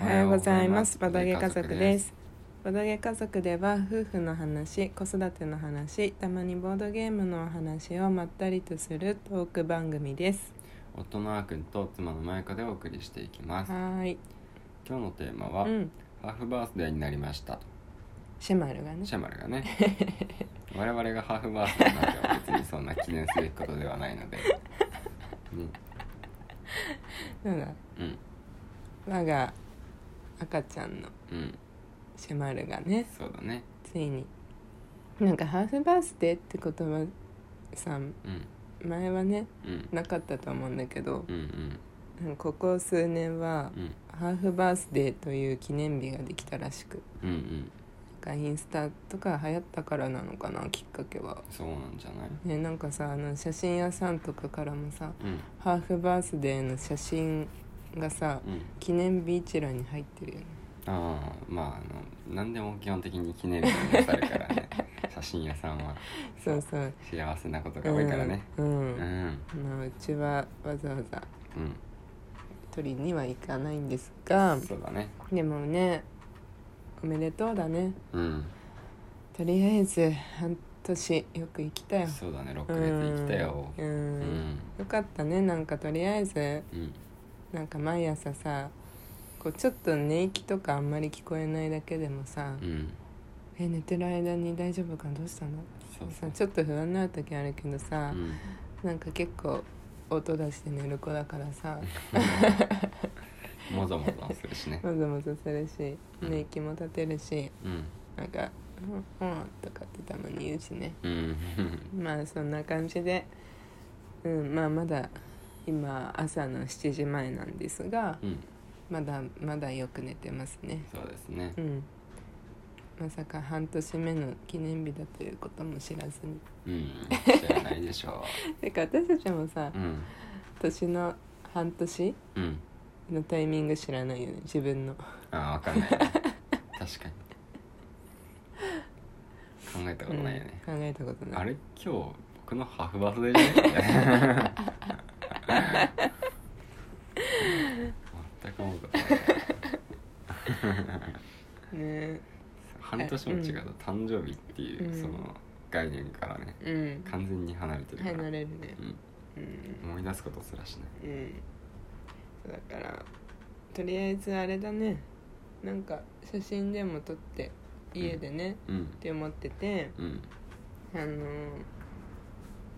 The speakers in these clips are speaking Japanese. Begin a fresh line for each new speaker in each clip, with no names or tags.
おはようございます。バドゲ家族です。。バドゲ家族では夫婦の話、子育ての話、たまにボードゲームのお話をまったりとするトーク番組です。
夫のあーくんと妻のまゆかでお送りしていきます。
はーい。
今日のテーマは、
うん。
ハーフバースデーになりましたと。
シェマルがね
シ。ャマル がね。我々がハーフバースデーなんては別にそんな記念すべきことではないので。うん。
なんだ。
うん。
我が赤ちゃんの
うん。
シェマルがね、
そうだね。
ついに。なんかハーフバースデーって言葉さ、
うん。
前はね、
うん。
なかったと思うんだけど
う、んうん。
うんここ数年は
うん。
ハーフバースデーという記念日ができたらしく。
うんうん。
なんかインスタとか流行ったからなのかなきっかけは、
そうなんじゃない
ね、なんかさあの写真屋さんとかからもさ
うん。
ハーフバースデーの写真がさ
うん。
記念日一覧に入ってるよね
ああ、まあ、あの、何でも基本的に記念日になさるから ね。写真屋さんは
そうそう
幸せなことが多いからね。
うん、
う。
うん
うんん。
まあ、うちはわざわざ取りには行かないんですが
そうだね。
でもねおめでとうだね
うん。
とりあえず半年よく生きたよ
そうだね、6
う
ヶ
ん
月生きたよ。
う、
うんん。
よかったねなんかとりあえず
うん。
なんか毎朝さこうちょっと寝息とかあんまり聞こえないだけでもさ「
うん。
え寝てる間に大丈夫かどうしたの?」
そうそ
さ
う。
ちょっと不安になる時あるけどさ、
うん。
なんか結構音出して寝る子だからさ
もぞもぞするしね。
もぞもぞするし
うん
寝息も立てるし
うん。
なんか「うんうん」とかってたまに言うしね
うん。
まあそんな感じで、うん、まあまだ今朝の7時前なんですが
うん。
まだまだよく寝てますね。
そうですね
う。ん、まさか半年目の記念日だということも知らずに
うん。知らないでしょ
てか私たちもさ
う。うん。
年の半年
うん。
のタイミング知らないよね自分の
ああ、わかんない。確かに。考えたことないよね。
うん考えたことない
あれ今日僕のハーフバースデ ーじゃない全く思うことない
ね
半年も違うと誕生日っていう、
うん
その概念からね
うん
完全に離れてるから、
離れるね
うん、
うん、
思い出すことすらしない
うん、だからとりあえずあれだねなんか写真でも撮って家でね、
うん
って思ってて
うん
あのー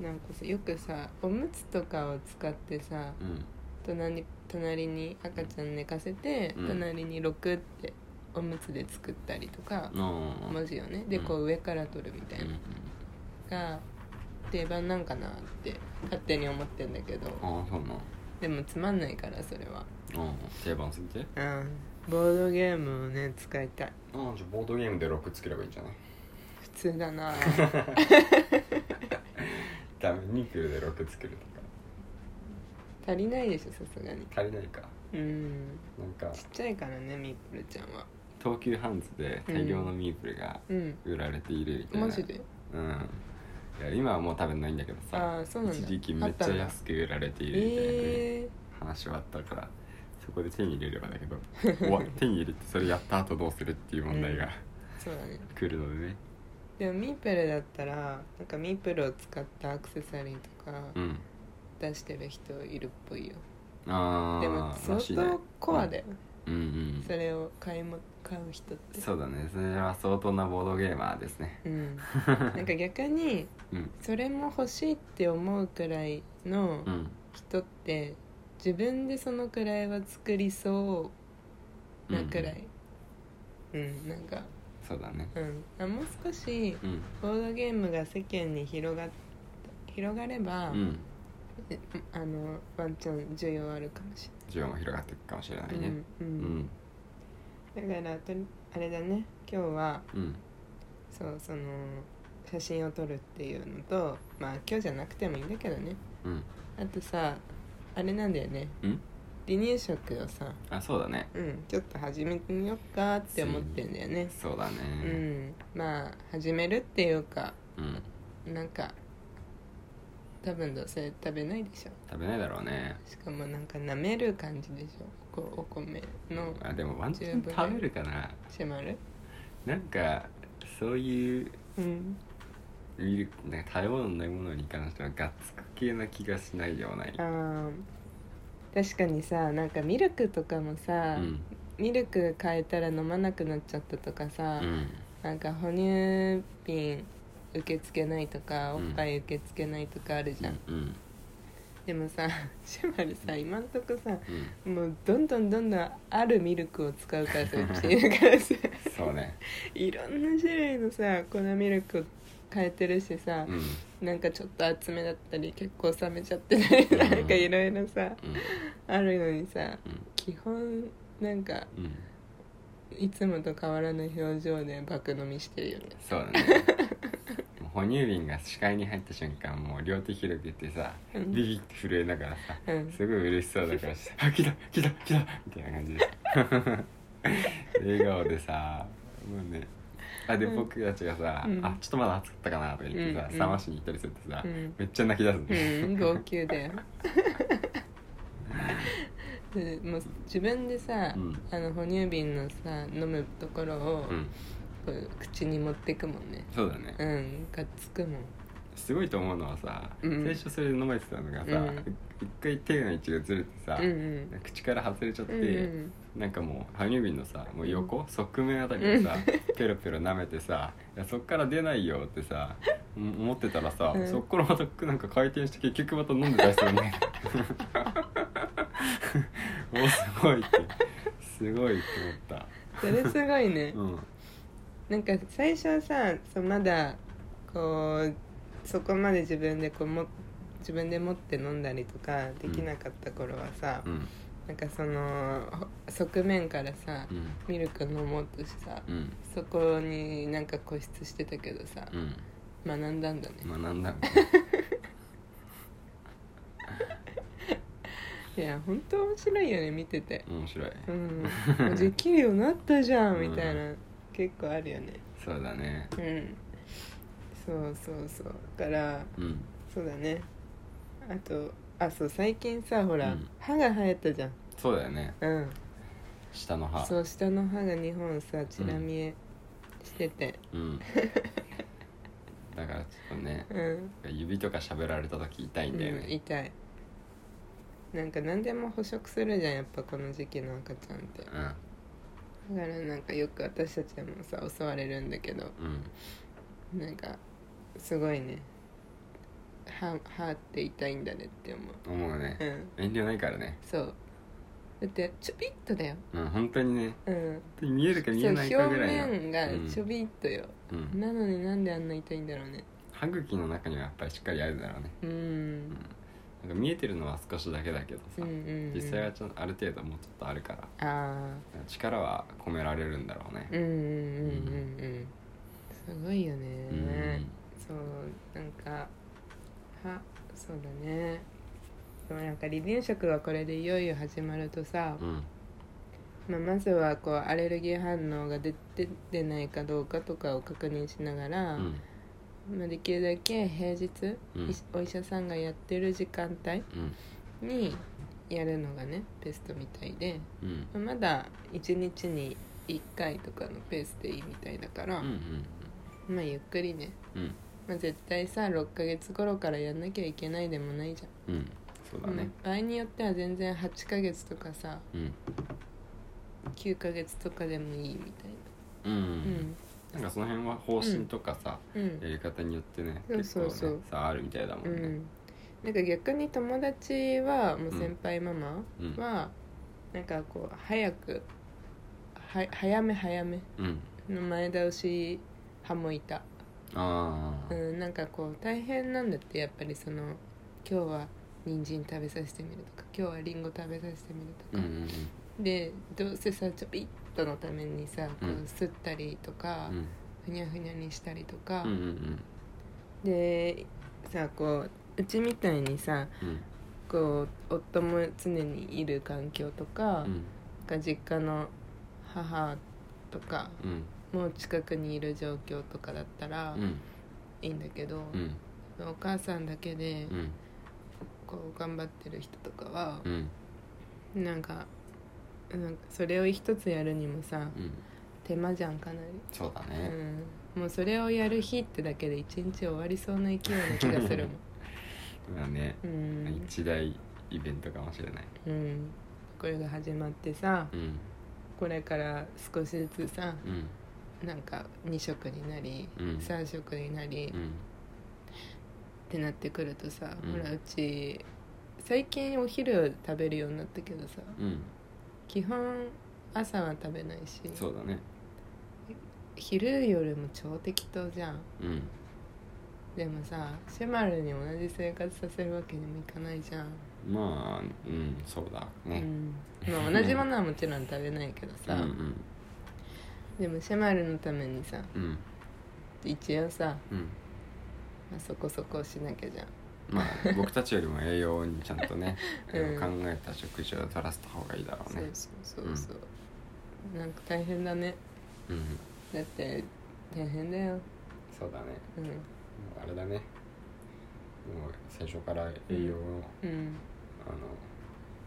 なんかさよくさおむつとかを使ってさ、
うん
隣に隣に赤ちゃん寝かせて、
うん
隣に「6」っておむつで作ったりとか、
の
文字をねで
うん
こう上から取るみたいな
うん
のが定番なんかなって勝手に思ってんだけど
ああそうな
でもつまんないからそれは
のうん定番すぎて
うんボードゲームをね使いたい
ああじゃあボードゲームで6つければいいんじゃない
普通だ な
ダメニクルで6つけると
足りないでしょさすがに
か足りないか
うん
なんか
ちっちゃいからねみーぷるちゃんは
東急ハンズで大量のミープルが
うん
売られているみたいな、
マジで
うんいや今はもう食べないんだけど
あ
さ
あそうなんだ
一時期めっちゃ安く売られているみたいなね、
ええ
話はあったからそこで手に入れればだけど おわ手に入れてそれやった後どうするっていう問題が
ー、そうだね
来るのでね
でもミープルだったらなんかミープルを使ったアクセサリーとか
うん
出してる人いるっぽいよ、
ああ
でも相当コアだよ、
うんうん
それを買いも買う人って
そうだねそれは相当なボードゲーマーですね
うん、 なんか逆に
うん
それも欲しいって思うくらいの
うん
人って自分でそのくらいは作りそうなくらいうん、なんか
そうだね
うんあもう少し
うん
ボードゲームが世間に広がっ広がれば、
うん
えあのワンチャン需要あるかもし
需要も広がっていくかもしれな
れ
い
ない
ね
ね、う
うんん
だからとりあれだね今日は
うん
そうその写真を撮るっていうのとまあ今日じゃなくてもいいんだけどね
うん
あとさあれなんだよね
うん
離乳食をさ、
あそうだね
うん、ちょっと始めてみようかって思ってんだよね
そうだ
う
ね
んまあ始めるっていうか
うん
なんか多分どうせ食べないでしょ
食べないだろうね
しかもなんか舐める感じでしょこうお米の
あでもワンチャ
十
ン
分
食べるかな
シェマル
なんかそういう
うん
ミルクなんか食べ物飲み物に関してはがっつく系な気がしないではない
あー確かにさなんかミルクとかも
う
さ、
ん
ミルク変えたら飲まなくなっちゃったとか
う
さ、
ん
なんか哺乳瓶受け付けないとかお
う
っ
ん
ぱい受け付けないとかあるじゃん、
うんうん
でもさ シェマルさ今んとこさ
うん
もうどんどんどんどんあるミルクを使うから さうちだからさ
そうね
いろんな種類のさ粉ミルク変えてるしさ
う、んうん
なんかちょっと厚めだったり結構冷めちゃってたり、
うん
なんかいろいろさあるのにさ
うん
基本なんか
うん
いつもと変わらぬ表情で爆飲みしてるよね
そうだ ねもう哺乳瓶が視界に入った瞬間もう両手広げてさ
うん
ビビって震えながらさ
うん
すごい嬉しそうだからさ「あ来た来た来た」みたいな感じで笑顔でさもうねあで、
うん
僕たちがさ、
うん
あちょっとまだ暑かったかな」とか言ってさ、
うんうん
冷ましに行ったりするとさ、
うん
めっちゃ泣き出す
う
ね
ん号泣だ よでもう自分でさ、
うん
あの哺乳瓶のさ飲むところを
う、ん
こう口に持ってくもんね
そうだね、
うんがっつくもん
すごいと思うのはさ、
うん
最初それで飲まれてたのがさ、
うん
一回手の位置がずれてさ、
うんうん
口から外れちゃって、
うんうん
なんかもう羽生瓶のさもう横、側面あたりでさ、ペロペロ舐めてさいやそっから出ないよってさうん思ってたらさ、
うん
そっからまたなんか回転して結局また飲んでたりす るねおすごいってすごいって思った
それすごいね
うん
なんか最初はさそうまだこうそこまで自分でこうも自分で持って飲んだりとかできなかった頃はさ、
うん
なんかそのほ側面からさ、
うん
ミルク飲もうとしてさ、
うん
そこになんか固執してたけどさ、学んだんだね
うん学んだもんね
いや本当面白いよね見てて
面白い
うんもうできるようになったじゃん
うん
みたいな結構あるよね
そうだね
うんそうそうそうだから
うん
そうだねあとあそう最近さほら、
うん
歯が生えたじゃん
そうだよね
うん
下の歯
そう下の歯が2本さチラ見えして て
うんだからちょっとね
うん、
指とか喋られた時痛いんだよね、
うん痛いなんか何でも捕食するじゃんやっぱこの時期の赤ちゃんってだか
う
らなんかよく私たちもさ襲われるんだけど
んうん
なんかすごいね歯歯って痛いんだねって思う
思う
う
ね
ん
遠慮ないからね
そうだってちょびっとだよ
うん本当にね
うん
本当に見えるか見えない
そう
か
表
ぐらいの
面が
うん
ちょびっとよ、
うん
なのになんであんな痛いんだろうね
歯茎の中にはやっぱりしっかりあるだろうね
うん
なんか見えてるのは少しだけだけど
う
さ
んうん、うん、
実際はちょっとある程度もうちょっとあるから
ああ
力は込められるんだろうね
うんうんうんうんうんすごいよね、
うん
そうなんかはそうだねでもなんか離乳食はこれでいよいよ始まるとさ、
うん
まあ、まずはこうアレルギー反応が出て出ないかどうかとかを確認しなが
う
ら、
ん
まあ、できるだけ平日、
うん
いお医者さんがやってる時間帯
うん
にやるのがねベストみたいで、
うん
まあまだ1日に1回とかのペースでいいみたいだから、
うんうん
まあゆっくりね、
うん
まあ、絶対さ6ヶ月頃からやんなきゃいけないでもないじゃ
うんそうだ
ん、
ね
うん場合によっては全然8ヶ月とかさ
うん
9ヶ月とかでもいいみたい
うん、
なうん
なんかその辺は方針とかさ、
うん
やり方によってね
そう
結
そ
構
う
ね
そう
さあるみたいだもん
う
ね、
んなんか逆に友達はもう
うん
先輩ママ
うん
はなんかこう早くは早め早め
うん
の前倒し派もいた、
ああ、
うん、なんかこう大変なんだってやっぱりその今日は人参食べさせてみるとか今日はリンゴ食べさせてみると
うん
か
う、ん
でどうせさちょびっとのためにさこ
う
う
ん
すったりとか、
うん
ふにゃふにゃにしたりとか、
うんうんうん
でさこううちみたいにさ
うん
こう夫も常にいる環境とか、
うん
が実家の母とか
うん
もう近くにいる状況とかだったら
うん
いいんだけど、
うん
お母さんだけで
うん
こう頑張ってる人とかは
う、ん
なんかなんかそれを一つやるにもさ
うん
手間じゃんかな
そうだ
り、
ね、
うん、もうそれをやる日ってだけで一日終わりそうな勢いな気がする もん
だね、
うん、
一大イベントかもしれない
うん、これが始まってさ
うん
これから少しずつさ
うん
なんか2色になり、
うん
3色になり、
うん
ってなってくるとさ、
うん
ほらうち最近お昼食べるようになったけどさ
うん
基本朝は食べないし
そうだね
昼夜も超適当じゃん
うん
でもさシェマルに同じ生活させるわけにもいかないじゃん、
まあうんそうだね、
うんまあ、同じものはもちろん食べないけど
う
さ、
んうん
でもシェマルのためにさ
うん
一応さ、
うん
まあそこそこしなきゃじゃん
まあ僕たちよりも栄養にちゃんとね、
うん
考えた食事を取らせた方がいいだろう
そう
ね
そうそうそう、なんか大変だね
うん
だって大変だよ
そうだね
うん
もうあれだねもう最初から栄養の、
うん
あの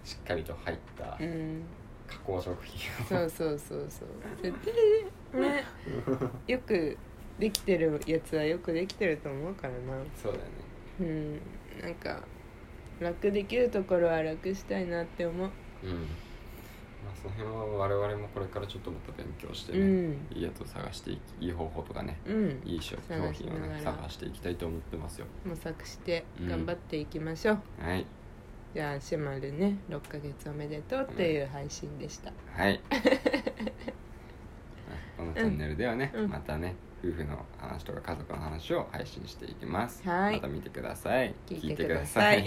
しっかりと入った
うん
加工食品を、
そうそうそうそう絶対 ねよくできてるやつはよくできてると思うからな
そうだよね
うんなんか楽できるところは楽したいなって思う
うんまあその辺は我々もこれからちょっともっと勉強してね、
うん
いいやつを探していきいい方法とかね
うん
いい商商
探し
品
な
を
がら
ね探していきたいと思ってますよ
模索して
うん
頑張っていきましょう、
はい
じゃあシマルね6ヶ月おめでとうっていう配信でした、
はい このチャンネルではね、
うん
またね夫婦の話とか家族の話を配信していきます
はい
また見てください
聞いてください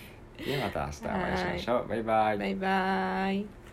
ではまた明日お会いしましょうバイバイ
バイバイ